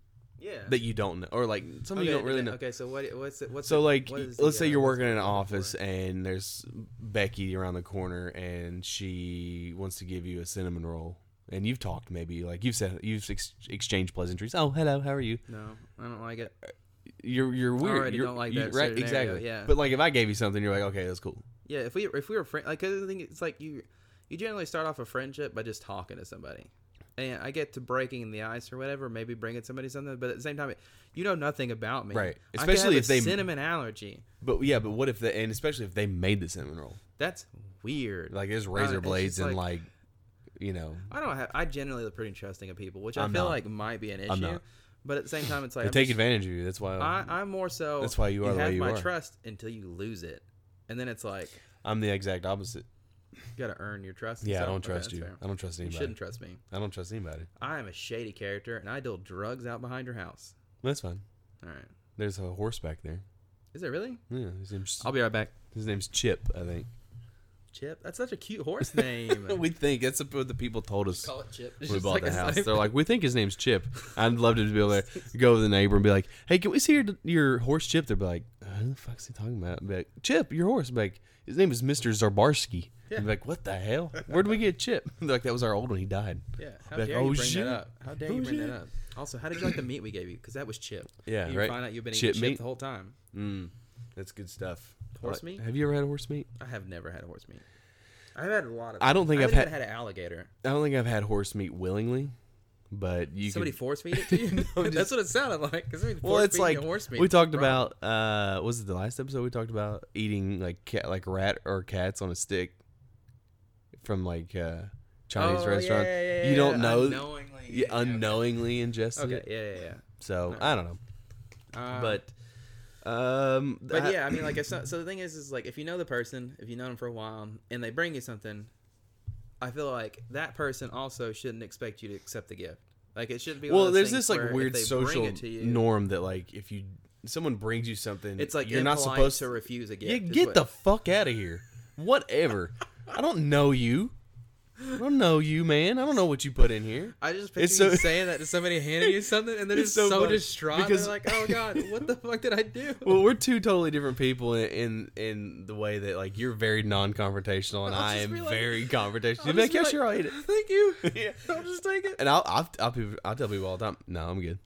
[SPEAKER 3] Yeah.
[SPEAKER 2] that you don't know, or like something you
[SPEAKER 3] Okay,
[SPEAKER 2] don't really know?
[SPEAKER 3] Okay, so what? What's it? What's
[SPEAKER 2] So
[SPEAKER 3] it-
[SPEAKER 2] like,
[SPEAKER 3] what is the,
[SPEAKER 2] let's say
[SPEAKER 3] uh,
[SPEAKER 2] you're
[SPEAKER 3] what's
[SPEAKER 2] working
[SPEAKER 3] it
[SPEAKER 2] in an
[SPEAKER 3] looking for?
[SPEAKER 2] office and there's Becky around the corner and she wants to give you a cinnamon roll. And you've talked maybe like you've said you've ex- exchanged pleasantries. Oh, hello, how are you?
[SPEAKER 3] No, I don't like it.
[SPEAKER 2] You're you're weird.
[SPEAKER 3] already
[SPEAKER 2] You're-
[SPEAKER 3] don't like
[SPEAKER 2] you-
[SPEAKER 3] that
[SPEAKER 2] right?
[SPEAKER 3] scenario,
[SPEAKER 2] Exactly.
[SPEAKER 3] yeah.
[SPEAKER 2] But like if I gave you something, you're like, okay, that's cool.
[SPEAKER 3] Yeah, if we if we were friend, like 'cause I think it's like you you generally start off a friendship by just talking to somebody, and I get to breaking the ice or whatever, maybe bringing somebody something, but at the same time, you know nothing about me,
[SPEAKER 2] Right.
[SPEAKER 3] I could have
[SPEAKER 2] Especially
[SPEAKER 3] a
[SPEAKER 2] if they-
[SPEAKER 3] cinnamon allergy.
[SPEAKER 2] But yeah, but what if the and especially if they made the cinnamon roll?
[SPEAKER 3] That's weird.
[SPEAKER 2] Like there's
[SPEAKER 3] it's
[SPEAKER 2] razor
[SPEAKER 3] just
[SPEAKER 2] blades and like,
[SPEAKER 3] like-
[SPEAKER 2] you know,
[SPEAKER 3] I don't have. I generally am pretty trusting of people, which i
[SPEAKER 2] I'm
[SPEAKER 3] feel
[SPEAKER 2] not.
[SPEAKER 3] like might be an issue.
[SPEAKER 2] not.
[SPEAKER 3] But at the same time, it's like
[SPEAKER 2] they
[SPEAKER 3] I'm
[SPEAKER 2] take
[SPEAKER 3] just-
[SPEAKER 2] advantage of you. That's why I,
[SPEAKER 3] I, I'm more so.
[SPEAKER 2] That's why you are the way
[SPEAKER 3] have
[SPEAKER 2] you
[SPEAKER 3] my
[SPEAKER 2] are.
[SPEAKER 3] trust until you lose it, and then it's like
[SPEAKER 2] am the exact opposite.
[SPEAKER 3] you got to earn your trust. and
[SPEAKER 2] Yeah, I
[SPEAKER 3] stuff.
[SPEAKER 2] don't
[SPEAKER 3] Okay,
[SPEAKER 2] trust
[SPEAKER 3] that's
[SPEAKER 2] you.
[SPEAKER 3] fair.
[SPEAKER 2] I don't trust
[SPEAKER 3] You
[SPEAKER 2] anybody.
[SPEAKER 3] shouldn't trust me.
[SPEAKER 2] I don't trust anybody.
[SPEAKER 3] I am a shady character and I deal drugs out behind your house.
[SPEAKER 2] That's fine.
[SPEAKER 3] All right.
[SPEAKER 2] There's a horse back there.
[SPEAKER 3] Is it really?
[SPEAKER 2] Yeah, his name's,
[SPEAKER 3] I'll be right back.
[SPEAKER 2] his name's Chip, I think.
[SPEAKER 3] Chip. That's such a cute horse name.
[SPEAKER 2] we think that's what the people told us
[SPEAKER 3] call it Chip.
[SPEAKER 2] when we bought the house. They're like, we think his name's Chip. I'd love to be able to go to the neighbor and be like, hey, can we see your your horse Chip? They'd be like, who the fuck's he talking about? I'd be like, Chip, your horse. I'd be like, his name is Mister Zarbarski. I'd be like, what the hell? Where'd we get Chip? They're like, that was our old one. He died.
[SPEAKER 3] yeah. How
[SPEAKER 2] Like,
[SPEAKER 3] dare
[SPEAKER 2] oh,
[SPEAKER 3] you bring
[SPEAKER 2] shit.
[SPEAKER 3] that up? How dare
[SPEAKER 2] Oh,
[SPEAKER 3] you bring
[SPEAKER 2] shit.
[SPEAKER 3] that up? Also, how did you like the meat we gave you? Because that was Chip.
[SPEAKER 2] Yeah,
[SPEAKER 3] You
[SPEAKER 2] right.
[SPEAKER 3] find out you've been
[SPEAKER 2] Chip
[SPEAKER 3] eating
[SPEAKER 2] meat?
[SPEAKER 3] Chip the whole time.
[SPEAKER 2] Mm, that's good stuff.
[SPEAKER 3] Horse
[SPEAKER 2] Like,
[SPEAKER 3] meat?
[SPEAKER 2] Have you ever had horse meat?
[SPEAKER 3] I have never had horse meat. I've had a lot of.
[SPEAKER 2] I don't think
[SPEAKER 3] I
[SPEAKER 2] I've
[SPEAKER 3] haven't
[SPEAKER 2] had-
[SPEAKER 3] even had an alligator.
[SPEAKER 2] I don't think I've had horse meat willingly, but you
[SPEAKER 3] Somebody
[SPEAKER 2] could.
[SPEAKER 3] force feed it to you.
[SPEAKER 2] No,
[SPEAKER 3] That's
[SPEAKER 2] just-
[SPEAKER 3] what it sounded like. 'Cause somebody
[SPEAKER 2] Well,
[SPEAKER 3] force
[SPEAKER 2] it's
[SPEAKER 3] feeding
[SPEAKER 2] like
[SPEAKER 3] you horse meat.
[SPEAKER 2] we talked
[SPEAKER 3] Bro.
[SPEAKER 2] about. Uh, was it the last episode we talked about eating like cat, like rat or cats on a stick? from like uh, Chinese
[SPEAKER 3] Oh,
[SPEAKER 2] restaurant.
[SPEAKER 3] yeah, yeah, yeah,
[SPEAKER 2] you don't
[SPEAKER 3] yeah.
[SPEAKER 2] know
[SPEAKER 3] Unknowingly,
[SPEAKER 2] you
[SPEAKER 3] yeah, okay.
[SPEAKER 2] unknowingly ingested
[SPEAKER 3] Okay.
[SPEAKER 2] it.
[SPEAKER 3] Yeah. Yeah.
[SPEAKER 2] So I don't know,
[SPEAKER 3] yeah. Uh,
[SPEAKER 2] but um,
[SPEAKER 3] But
[SPEAKER 2] I-
[SPEAKER 3] yeah, I mean, like, it's not, so the thing is, is like, if you know the person, if you know them for a while, and they bring you something, I feel like that person also shouldn't expect you to accept the gift. Like, it shouldn't be. one
[SPEAKER 2] Well,
[SPEAKER 3] of those
[SPEAKER 2] there's this
[SPEAKER 3] things
[SPEAKER 2] like
[SPEAKER 3] where if
[SPEAKER 2] weird
[SPEAKER 3] they bring
[SPEAKER 2] social
[SPEAKER 3] it to you,
[SPEAKER 2] norm that like if you someone brings you something,
[SPEAKER 3] It's like
[SPEAKER 2] you're not
[SPEAKER 3] impolite
[SPEAKER 2] supposed
[SPEAKER 3] to
[SPEAKER 2] to.
[SPEAKER 3] refuse a gift.
[SPEAKER 2] Yeah,
[SPEAKER 3] is
[SPEAKER 2] get
[SPEAKER 3] what-
[SPEAKER 2] the fuck out of here. Whatever. I don't know you. I don't know you, man. I don't know what you put in here.
[SPEAKER 3] I just picture
[SPEAKER 2] It's
[SPEAKER 3] you
[SPEAKER 2] so-
[SPEAKER 3] saying that to somebody handing you something, and they're
[SPEAKER 2] It's
[SPEAKER 3] just so,
[SPEAKER 2] so funny,
[SPEAKER 3] distraught.
[SPEAKER 2] because-
[SPEAKER 3] they're like, "Oh God, what the fuck did I do?"
[SPEAKER 2] Well, we're two totally different people in in, in the way that like you're very non-confrontational and
[SPEAKER 3] I'll
[SPEAKER 2] I
[SPEAKER 3] just
[SPEAKER 2] am
[SPEAKER 3] be like-
[SPEAKER 2] very confrontational.
[SPEAKER 3] I'll
[SPEAKER 2] You'd be
[SPEAKER 3] just
[SPEAKER 2] like,
[SPEAKER 3] be
[SPEAKER 2] yeah,
[SPEAKER 3] like-
[SPEAKER 2] sure, I'll eat it.
[SPEAKER 3] Thank you.
[SPEAKER 2] Yeah.
[SPEAKER 3] I'll just take it.
[SPEAKER 2] And I'll I'll I'll, be, I'll tell people all the time, no, I'm good.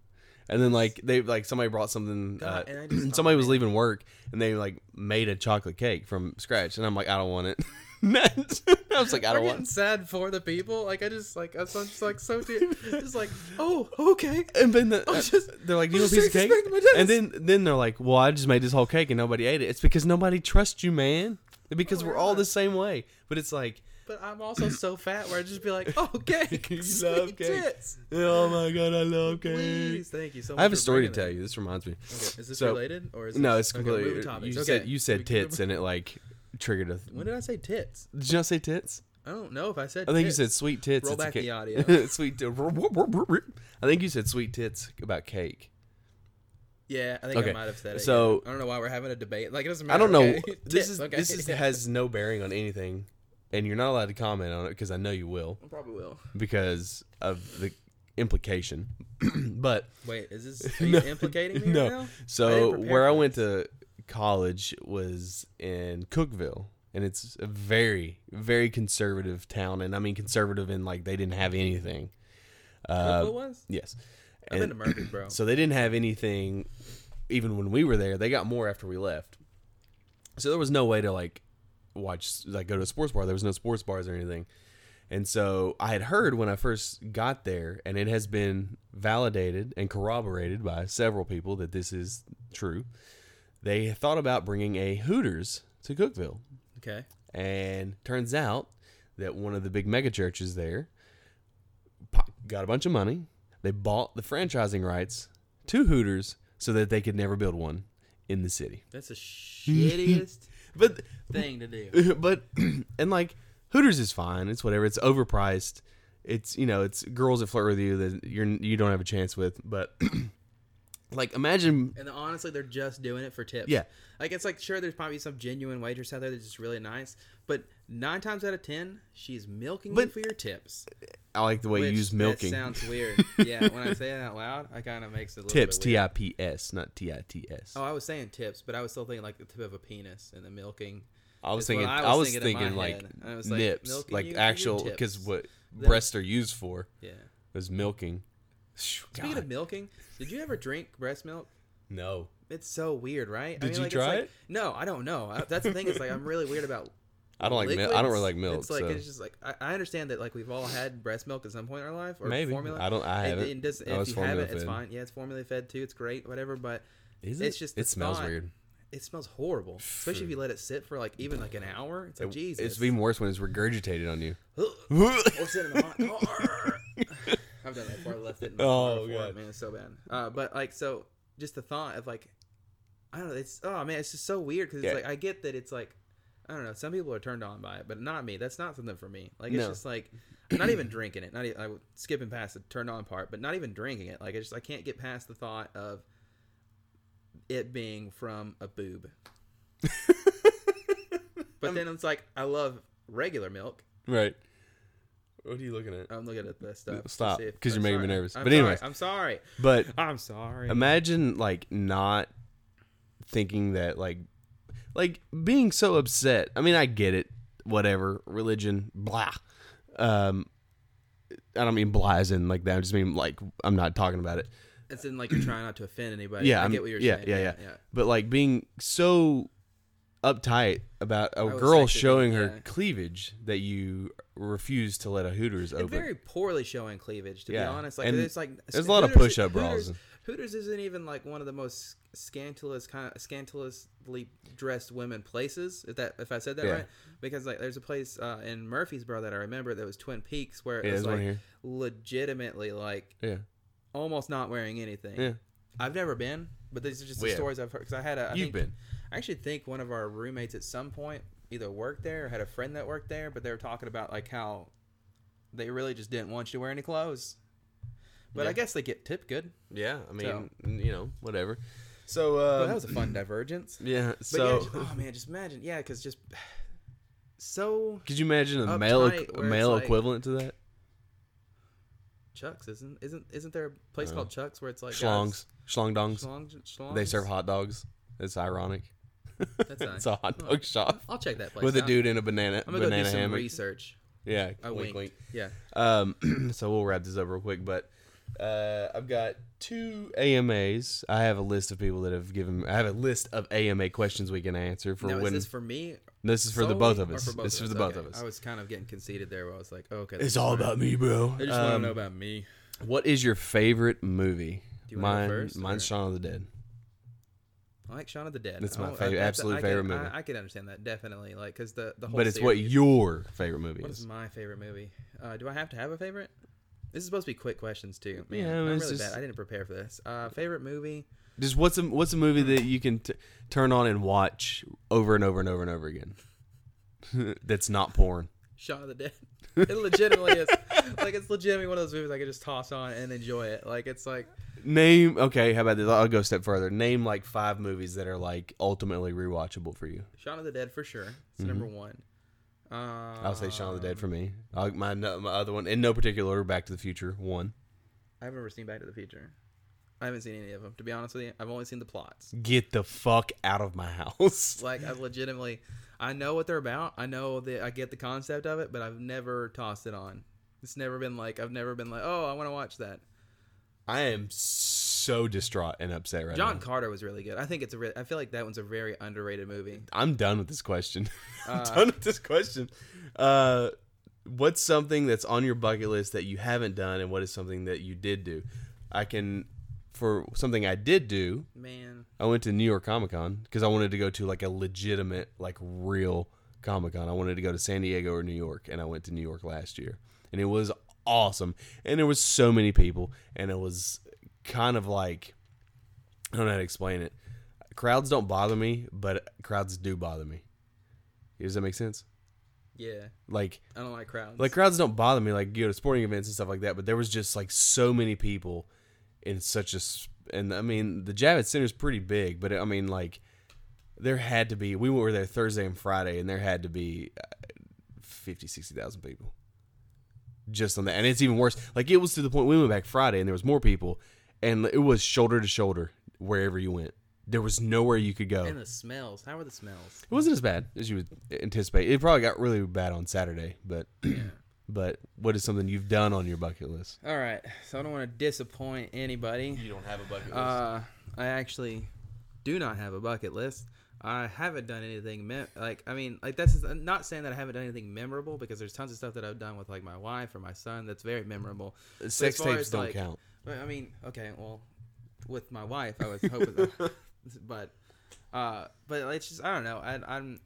[SPEAKER 2] And then like they like somebody brought something.
[SPEAKER 3] God, and I
[SPEAKER 2] uh,
[SPEAKER 3] just thought,
[SPEAKER 2] somebody was leaving work and they like made a chocolate cake from scratch, and I'm like, I don't want it. I was like, I
[SPEAKER 3] I'm
[SPEAKER 2] don't
[SPEAKER 3] getting
[SPEAKER 2] want.
[SPEAKER 3] sad for the people. Like I just like I'm just like so dear. Just like oh okay.
[SPEAKER 2] And then the, uh,
[SPEAKER 3] I'm just-
[SPEAKER 2] they're like, "You
[SPEAKER 3] I'm
[SPEAKER 2] want a piece
[SPEAKER 3] just
[SPEAKER 2] of cake?"
[SPEAKER 3] expecting my dinner.
[SPEAKER 2] And then then they're like, "Well, I just made this whole cake and nobody ate it." It's because nobody trusts you, man. Because
[SPEAKER 3] Oh,
[SPEAKER 2] we're all
[SPEAKER 3] right.
[SPEAKER 2] the same way. But it's like,
[SPEAKER 3] But I'm also so fat where I'd just be like, oh, cake.
[SPEAKER 2] You
[SPEAKER 3] Sweet
[SPEAKER 2] love cake.
[SPEAKER 3] tits.
[SPEAKER 2] oh my god, I love cake.
[SPEAKER 3] Please, thank you so much.
[SPEAKER 2] I have
[SPEAKER 3] for
[SPEAKER 2] a story to
[SPEAKER 3] bringing
[SPEAKER 2] tell
[SPEAKER 3] it.
[SPEAKER 2] you. This reminds me.
[SPEAKER 3] Okay, Is this
[SPEAKER 2] So-
[SPEAKER 3] related or is
[SPEAKER 2] No,
[SPEAKER 3] this-
[SPEAKER 2] it's
[SPEAKER 3] okay,
[SPEAKER 2] completely.
[SPEAKER 3] moving topics.
[SPEAKER 2] you
[SPEAKER 3] Okay,
[SPEAKER 2] said you
[SPEAKER 3] we
[SPEAKER 2] said
[SPEAKER 3] can move-
[SPEAKER 2] tits, and it like triggered a.
[SPEAKER 3] When did I say tits?
[SPEAKER 2] Did you not say tits?
[SPEAKER 3] I don't know if I said.
[SPEAKER 2] I think you
[SPEAKER 3] tits.
[SPEAKER 2] said sweet tits.
[SPEAKER 3] Roll
[SPEAKER 2] it's a
[SPEAKER 3] back the
[SPEAKER 2] cake.
[SPEAKER 3] audio.
[SPEAKER 2] sweet. T- I think you said sweet tits about cake.
[SPEAKER 3] Yeah, I think I
[SPEAKER 2] Okay,
[SPEAKER 3] might have said it.
[SPEAKER 2] so-
[SPEAKER 3] yeah. I don't know why we're having a debate. Like it doesn't
[SPEAKER 2] I don't
[SPEAKER 3] matter.
[SPEAKER 2] know.
[SPEAKER 3] okay?
[SPEAKER 2] This
[SPEAKER 3] Tits,
[SPEAKER 2] is
[SPEAKER 3] okay,
[SPEAKER 2] this is,
[SPEAKER 3] yeah.
[SPEAKER 2] has no bearing on anything, and you're not allowed to comment on it because I know you will
[SPEAKER 3] I probably will.
[SPEAKER 2] because of the implication. but
[SPEAKER 3] Wait, is this are you implicating me
[SPEAKER 2] no.
[SPEAKER 3] right now? didn't
[SPEAKER 2] So
[SPEAKER 3] prepare
[SPEAKER 2] where
[SPEAKER 3] for
[SPEAKER 2] I went to college was in Cookville, and it's a very very conservative town, and I mean conservative in like they didn't have anything.
[SPEAKER 3] What
[SPEAKER 2] Uh,
[SPEAKER 3] was?
[SPEAKER 2] yes.
[SPEAKER 3] I've been
[SPEAKER 2] and-
[SPEAKER 3] to Murphy, bro.
[SPEAKER 2] So they didn't have anything even when we were there. They got more after we left. So there was no way to like watch like go to a sports bar. There was no sports bars or anything. And so I had heard when I first got there and it has been validated and corroborated by several people that this is true. They thought about bringing a Hooters to Cookville.
[SPEAKER 3] Okay.
[SPEAKER 2] And turns out that one of the big mega churches there po- got a bunch of money. They bought the franchising rights to Hooters so that they could never build one in the city.
[SPEAKER 3] That's the shittiest
[SPEAKER 2] But
[SPEAKER 3] thing to do.
[SPEAKER 2] but and like Hooters is fine. It's whatever. It's overpriced. It's you know it's girls that flirt with you that you're you don't have a chance with. But like imagine
[SPEAKER 3] And honestly, they're just doing it for tips.
[SPEAKER 2] Yeah.
[SPEAKER 3] Like, it's like, sure, there's probably some genuine waitress out there that's just really nice, but nine times out of ten, she's milking you
[SPEAKER 2] But-
[SPEAKER 3] for your tips.
[SPEAKER 2] I like the way
[SPEAKER 3] which
[SPEAKER 2] you use
[SPEAKER 3] that
[SPEAKER 2] milking
[SPEAKER 3] sounds weird. yeah, when I say it out loud, I kind of makes it a little
[SPEAKER 2] tips
[SPEAKER 3] bit
[SPEAKER 2] T
[SPEAKER 3] weird.
[SPEAKER 2] I P S not T I T S.
[SPEAKER 3] Oh, I was saying tips, but I was still thinking like the tip of a penis and the milking.
[SPEAKER 2] I was
[SPEAKER 3] That's what
[SPEAKER 2] thinking.
[SPEAKER 3] I
[SPEAKER 2] I
[SPEAKER 3] was
[SPEAKER 2] was,
[SPEAKER 3] thinking in
[SPEAKER 2] thinking,
[SPEAKER 3] my
[SPEAKER 2] like
[SPEAKER 3] head. I was like,
[SPEAKER 2] nips,
[SPEAKER 3] milking
[SPEAKER 2] like
[SPEAKER 3] you for your
[SPEAKER 2] actual, because
[SPEAKER 3] tips.
[SPEAKER 2] what
[SPEAKER 3] That-
[SPEAKER 2] breasts are used for
[SPEAKER 3] Yeah.
[SPEAKER 2] is milking. Phew,
[SPEAKER 3] Speaking
[SPEAKER 2] God,
[SPEAKER 3] of milking, did you ever drink breast milk?
[SPEAKER 2] no,
[SPEAKER 3] It's so weird, right?
[SPEAKER 2] Did
[SPEAKER 3] I mean,
[SPEAKER 2] you
[SPEAKER 3] like, it's
[SPEAKER 2] try
[SPEAKER 3] like-
[SPEAKER 2] it?
[SPEAKER 3] No, I don't know. I- That's the thing. It's like I'm really weird about
[SPEAKER 2] I don't like. Mil- I don't really
[SPEAKER 3] liquids,
[SPEAKER 2] like milk.
[SPEAKER 3] It's like
[SPEAKER 2] so.
[SPEAKER 3] it's just like I, I understand that like we've all had breast milk at some point in our life or
[SPEAKER 2] Maybe.
[SPEAKER 3] formula.
[SPEAKER 2] I don't- I
[SPEAKER 3] It-
[SPEAKER 2] haven't.
[SPEAKER 3] It, doesn't-
[SPEAKER 2] I
[SPEAKER 3] if
[SPEAKER 2] was
[SPEAKER 3] you
[SPEAKER 2] formula
[SPEAKER 3] haven't, it's
[SPEAKER 2] fed.
[SPEAKER 3] fine. Yeah, it's formula fed too. It's great, whatever. But
[SPEAKER 2] Is
[SPEAKER 3] it's just the
[SPEAKER 2] it smells
[SPEAKER 3] thought-
[SPEAKER 2] weird.
[SPEAKER 3] it smells horrible, especially if you let it sit for like even like an hour. It's like
[SPEAKER 2] It-
[SPEAKER 3] Jesus.
[SPEAKER 2] It's even worse when it's regurgitated on you.
[SPEAKER 3] Ugh. Or sit Oh, in the hot car. I've done that before. I left it. In the
[SPEAKER 2] Oh,
[SPEAKER 3] car before,
[SPEAKER 2] God.
[SPEAKER 3] man, it's so bad. Uh, but like, so just the thought of like, I don't know. It's oh man, it's just so weird because it's
[SPEAKER 2] Yeah.
[SPEAKER 3] like I get that it's like, I don't know. Some people are turned on by it, but not me. That's not something for me. Like it's
[SPEAKER 2] No.
[SPEAKER 3] just like not even drinking it. Not even, I would- skipping past the turned on part, but not even drinking it. Like I just I can't get past the thought of it being from a boob. but then it's like I love regular milk.
[SPEAKER 2] right. What are you looking at?
[SPEAKER 3] I'm looking at this stuff. to
[SPEAKER 2] Stop,
[SPEAKER 3] see if-
[SPEAKER 2] 'cause
[SPEAKER 3] I'm
[SPEAKER 2] you're making me
[SPEAKER 3] sorry.
[SPEAKER 2] nervous.
[SPEAKER 3] I'm
[SPEAKER 2] But
[SPEAKER 3] sorry,
[SPEAKER 2] anyways. Um,
[SPEAKER 3] I'm sorry.
[SPEAKER 2] But
[SPEAKER 3] I'm sorry.
[SPEAKER 2] imagine like not thinking that like like being so upset i mean i get it whatever religion blah um i don't mean blah as in like that i just mean like i'm not talking about it
[SPEAKER 3] it's in like you're trying not to offend anybody.
[SPEAKER 2] yeah
[SPEAKER 3] I
[SPEAKER 2] I'm-
[SPEAKER 3] get what you're
[SPEAKER 2] yeah,
[SPEAKER 3] saying.
[SPEAKER 2] yeah yeah but like being so uptight about a
[SPEAKER 3] was
[SPEAKER 2] girl
[SPEAKER 3] thinking,
[SPEAKER 2] showing her
[SPEAKER 3] yeah.
[SPEAKER 2] cleavage that you refuse to let a hooters
[SPEAKER 3] And
[SPEAKER 2] open
[SPEAKER 3] very poorly showing cleavage, to
[SPEAKER 2] Yeah,
[SPEAKER 3] be honest. Like
[SPEAKER 2] and
[SPEAKER 3] there's like
[SPEAKER 2] there's a lot of
[SPEAKER 3] Hooters-
[SPEAKER 2] push-up bras
[SPEAKER 3] Hooters-
[SPEAKER 2] and-
[SPEAKER 3] Hooters isn't even like one of the most scandalous kind of scandalously dressed women places. If that if I said that
[SPEAKER 2] Yeah.
[SPEAKER 3] right, because like there's a place uh, in Murfreesboro that I remember that was Twin Peaks where it
[SPEAKER 2] Yeah,
[SPEAKER 3] was
[SPEAKER 2] there's one
[SPEAKER 3] like
[SPEAKER 2] here.
[SPEAKER 3] legitimately like
[SPEAKER 2] Yeah.
[SPEAKER 3] almost not wearing anything.
[SPEAKER 2] Yeah.
[SPEAKER 3] I've never been, but these are just the
[SPEAKER 2] We have.
[SPEAKER 3] stories I've heard. Because I had a I
[SPEAKER 2] You've
[SPEAKER 3] think-
[SPEAKER 2] been.
[SPEAKER 3] I actually think one of our roommates at some point either worked there or had a friend that worked there, but they were talking about like how they really just didn't want you to wear any clothes. But I
[SPEAKER 2] Yeah.
[SPEAKER 3] guess they get tipped good.
[SPEAKER 2] Yeah. I mean,
[SPEAKER 3] So-
[SPEAKER 2] you know, whatever. So, uh,
[SPEAKER 3] Well, that was a fun divergence. But
[SPEAKER 2] yeah.
[SPEAKER 3] yeah,
[SPEAKER 2] So,
[SPEAKER 3] just- oh man, just imagine, yeah, because just so
[SPEAKER 2] could you imagine a male
[SPEAKER 3] Uptight,
[SPEAKER 2] equ- a
[SPEAKER 3] where it's
[SPEAKER 2] male
[SPEAKER 3] like-
[SPEAKER 2] equivalent to that?
[SPEAKER 3] Chucks isn't isn't isn't there a place called Chucks where it's like
[SPEAKER 2] Uh, Schlongs, schlong
[SPEAKER 3] guys-
[SPEAKER 2] dongs.
[SPEAKER 3] Schlongs, schlongs.
[SPEAKER 2] They serve hot dogs. It's ironic.
[SPEAKER 3] That's
[SPEAKER 2] it's
[SPEAKER 3] nice.
[SPEAKER 2] a hot dog shop
[SPEAKER 3] I'll check that place
[SPEAKER 2] with a
[SPEAKER 3] out.
[SPEAKER 2] dude in a banana
[SPEAKER 3] I'm gonna go
[SPEAKER 2] banana
[SPEAKER 3] do some
[SPEAKER 2] hammock.
[SPEAKER 3] research.
[SPEAKER 2] yeah.
[SPEAKER 3] I
[SPEAKER 2] wink,
[SPEAKER 3] winked.
[SPEAKER 2] wink.
[SPEAKER 3] Yeah.
[SPEAKER 2] Um, so we'll wrap this up real quick, but uh, I've got two AMAs. I have a list of people that have given. I have a list of AMA questions we can answer for
[SPEAKER 3] Now
[SPEAKER 2] when.
[SPEAKER 3] is this for me?
[SPEAKER 2] this is for the
[SPEAKER 3] solely
[SPEAKER 2] both of
[SPEAKER 3] or
[SPEAKER 2] us.
[SPEAKER 3] for both
[SPEAKER 2] this is
[SPEAKER 3] of
[SPEAKER 2] for
[SPEAKER 3] us?
[SPEAKER 2] the both
[SPEAKER 3] Okay.
[SPEAKER 2] of us.
[SPEAKER 3] I was kind of getting conceited there. Where I was like, oh, okay,
[SPEAKER 2] it's all about me, bro.
[SPEAKER 3] I just want to
[SPEAKER 2] Um,
[SPEAKER 3] know about me.
[SPEAKER 2] What is your favorite movie?
[SPEAKER 3] Do you wanna
[SPEAKER 2] Mine,
[SPEAKER 3] go first,
[SPEAKER 2] mine's
[SPEAKER 3] or-
[SPEAKER 2] Shaun of the Dead.
[SPEAKER 3] I like Shaun of the Dead. Oh,
[SPEAKER 2] That's my
[SPEAKER 3] I- I-
[SPEAKER 2] favorite-
[SPEAKER 3] that's-
[SPEAKER 2] absolute
[SPEAKER 3] I can-
[SPEAKER 2] favorite movie.
[SPEAKER 3] I, I can understand that definitely, like, because the the whole.
[SPEAKER 2] But it's
[SPEAKER 3] series.
[SPEAKER 2] what your favorite movie
[SPEAKER 3] What
[SPEAKER 2] is.
[SPEAKER 3] is my favorite movie? Uh, do I have to have a favorite? This is supposed to be quick questions too. Man,
[SPEAKER 2] Yeah,
[SPEAKER 3] I'm
[SPEAKER 2] it's
[SPEAKER 3] really
[SPEAKER 2] just-
[SPEAKER 3] bad. I didn't prepare for this. Uh, favorite movie?
[SPEAKER 2] Just what's a what's a movie that you can t- turn on and watch over and over and over and over again? That's not porn.
[SPEAKER 3] Shaun of the Dead. It legitimately is. Like it's legitimately one of those movies I could just toss on and enjoy it. Like it's like
[SPEAKER 2] Name okay. How about this? I'll go a step further. Name like five movies that are like ultimately rewatchable for you.
[SPEAKER 3] Shaun of the Dead for sure. It's
[SPEAKER 2] Mm-hmm.
[SPEAKER 3] number one. Um,
[SPEAKER 2] I'll say Shaun of the Dead for me. I'll, my no- my other one in no particular order. Back to the Future one.
[SPEAKER 3] I've never seen Back to the Future. I haven't seen any of them. To be honest with you, I've only seen the plots.
[SPEAKER 2] Get the fuck out of my house.
[SPEAKER 3] Like I legitimately, I know what they're about. I know that I get the concept of it, but I've never tossed it on. It's never been like I've never been like, oh, I want to watch that.
[SPEAKER 2] I am so distraught and upset right
[SPEAKER 3] John
[SPEAKER 2] now.
[SPEAKER 3] Carter was really good. I think it's a. Re- I feel like that one's a very underrated movie.
[SPEAKER 2] I'm done with this question. I'm
[SPEAKER 3] Uh,
[SPEAKER 2] done with this question. Uh, what's something that's on your bucket list that you haven't done, and what is something that you did do? I can, for something I did do,
[SPEAKER 3] Man,
[SPEAKER 2] I went to New York Comic Con because I wanted to go to like a legitimate, like real Comic Con. I wanted to go to San Diego or New York, and I went to New York last year, and it was awesome. And there was so many people, and it was kind of like I don't know how to explain it. Crowds don't bother me, but crowds do bother me. Does that make sense?
[SPEAKER 3] yeah,
[SPEAKER 2] Like
[SPEAKER 3] I don't like crowds.
[SPEAKER 2] like crowds don't bother me like you go to sporting events and stuff like that but there was just like so many people in such a s- and i mean the javits center is pretty big but i mean like there had to be we were there thursday and friday and there had to be uh, 50 60000 people just on that and it's even worse like it was to the point we went back friday and there was more people and it was shoulder to shoulder wherever you went there was nowhere you could go
[SPEAKER 3] and the smells. How are the smells?
[SPEAKER 2] it wasn't as bad as you would anticipate. It probably got really bad on Saturday, but but what is something you've done on your bucket list?
[SPEAKER 3] All right, so I don't want to disappoint anybody.
[SPEAKER 2] You don't have a bucket list.
[SPEAKER 3] Uh, I actually do not have a bucket list. I haven't done anything mem- like I mean like that's I'm not saying that I haven't done anything memorable because there's tons of stuff that I've done with like my wife or my son that's very memorable. But as
[SPEAKER 2] Uh, Sex
[SPEAKER 3] far
[SPEAKER 2] tapes
[SPEAKER 3] as,
[SPEAKER 2] don't
[SPEAKER 3] like-
[SPEAKER 2] count.
[SPEAKER 3] but, I mean, okay, well, with my wife, I was hoping, but uh, but it's just I don't know. I, I'm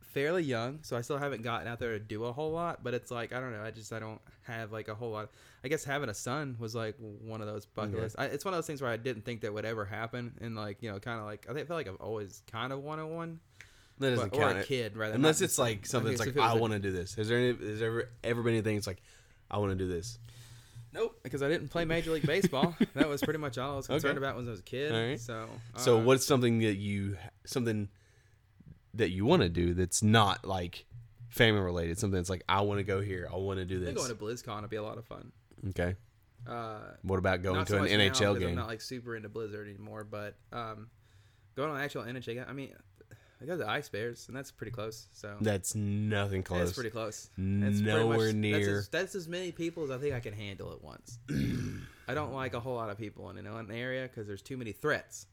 [SPEAKER 3] fairly young, so I still haven't gotten out there to do a whole lot. But it's like I don't know. I just I don't have like a whole lot. I guess having a son was like one of those bucket
[SPEAKER 2] Yeah.
[SPEAKER 3] lists. I, it's one of those things where I didn't think that would ever happen, and like you know, kind of like I think I feel like I've always kind of wanted one,
[SPEAKER 2] That doesn't
[SPEAKER 3] but, or
[SPEAKER 2] count.
[SPEAKER 3] a
[SPEAKER 2] it.
[SPEAKER 3] kid rather.
[SPEAKER 2] Unless
[SPEAKER 3] not
[SPEAKER 2] it's
[SPEAKER 3] just-
[SPEAKER 2] like something
[SPEAKER 3] okay,
[SPEAKER 2] that's
[SPEAKER 3] so
[SPEAKER 2] like
[SPEAKER 3] if it was
[SPEAKER 2] I
[SPEAKER 3] a-
[SPEAKER 2] want to do this. Has there any, has ever ever been anything that's like I want to do this?
[SPEAKER 3] Nope, because I didn't play Major League Baseball. that was pretty much all I was concerned
[SPEAKER 2] Okay.
[SPEAKER 3] about when I was a kid.
[SPEAKER 2] All right.
[SPEAKER 3] So
[SPEAKER 2] So
[SPEAKER 3] uh,
[SPEAKER 2] what's something that you something that you want to do that's not like family related? Something that's like I want to go here. I want to do
[SPEAKER 3] I
[SPEAKER 2] this.
[SPEAKER 3] think going to BlizzCon would be a lot of fun.
[SPEAKER 2] okay.
[SPEAKER 3] Uh,
[SPEAKER 2] What about going
[SPEAKER 3] not
[SPEAKER 2] to
[SPEAKER 3] so
[SPEAKER 2] an
[SPEAKER 3] much now
[SPEAKER 2] NHL
[SPEAKER 3] because I'm
[SPEAKER 2] game?
[SPEAKER 3] not like super into Blizzard anymore, but um, going on an actual NHL game. I mean, I got the Ice Bears, and that's pretty close. So
[SPEAKER 2] that's nothing
[SPEAKER 3] that's
[SPEAKER 2] close.
[SPEAKER 3] pretty close. That's pretty
[SPEAKER 2] Nowhere
[SPEAKER 3] much-
[SPEAKER 2] near.
[SPEAKER 3] That's as, that's as many people as I think I can handle at once. I don't like a whole lot of people in an, an area because there's too many threats.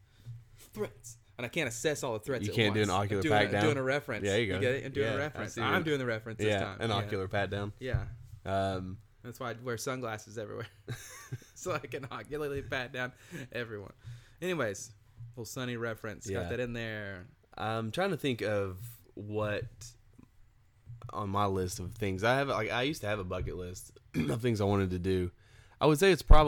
[SPEAKER 3] Threats. And I can't assess all the threats.
[SPEAKER 2] You
[SPEAKER 3] at
[SPEAKER 2] can't do
[SPEAKER 3] once.
[SPEAKER 2] an
[SPEAKER 3] I'm
[SPEAKER 2] ocular
[SPEAKER 3] doing a-
[SPEAKER 2] pat down?
[SPEAKER 3] Doing a reference.
[SPEAKER 2] Yeah, you go.
[SPEAKER 3] get it. I'm doing
[SPEAKER 2] Yeah, I
[SPEAKER 3] a reference.
[SPEAKER 2] see
[SPEAKER 3] I'm
[SPEAKER 2] what-
[SPEAKER 3] doing the reference this
[SPEAKER 2] yeah,
[SPEAKER 3] time.
[SPEAKER 2] an ocular pat down.
[SPEAKER 3] Yeah.
[SPEAKER 2] Um,
[SPEAKER 3] That's why I wear sunglasses everywhere, so I can accurately pat down everyone. Anyways, little sunny reference.
[SPEAKER 2] Yeah.
[SPEAKER 3] Got that in there.
[SPEAKER 2] I'm trying to think of what on my list of things I have. Like I used to have a bucket list of things I wanted to do. I would say it's probably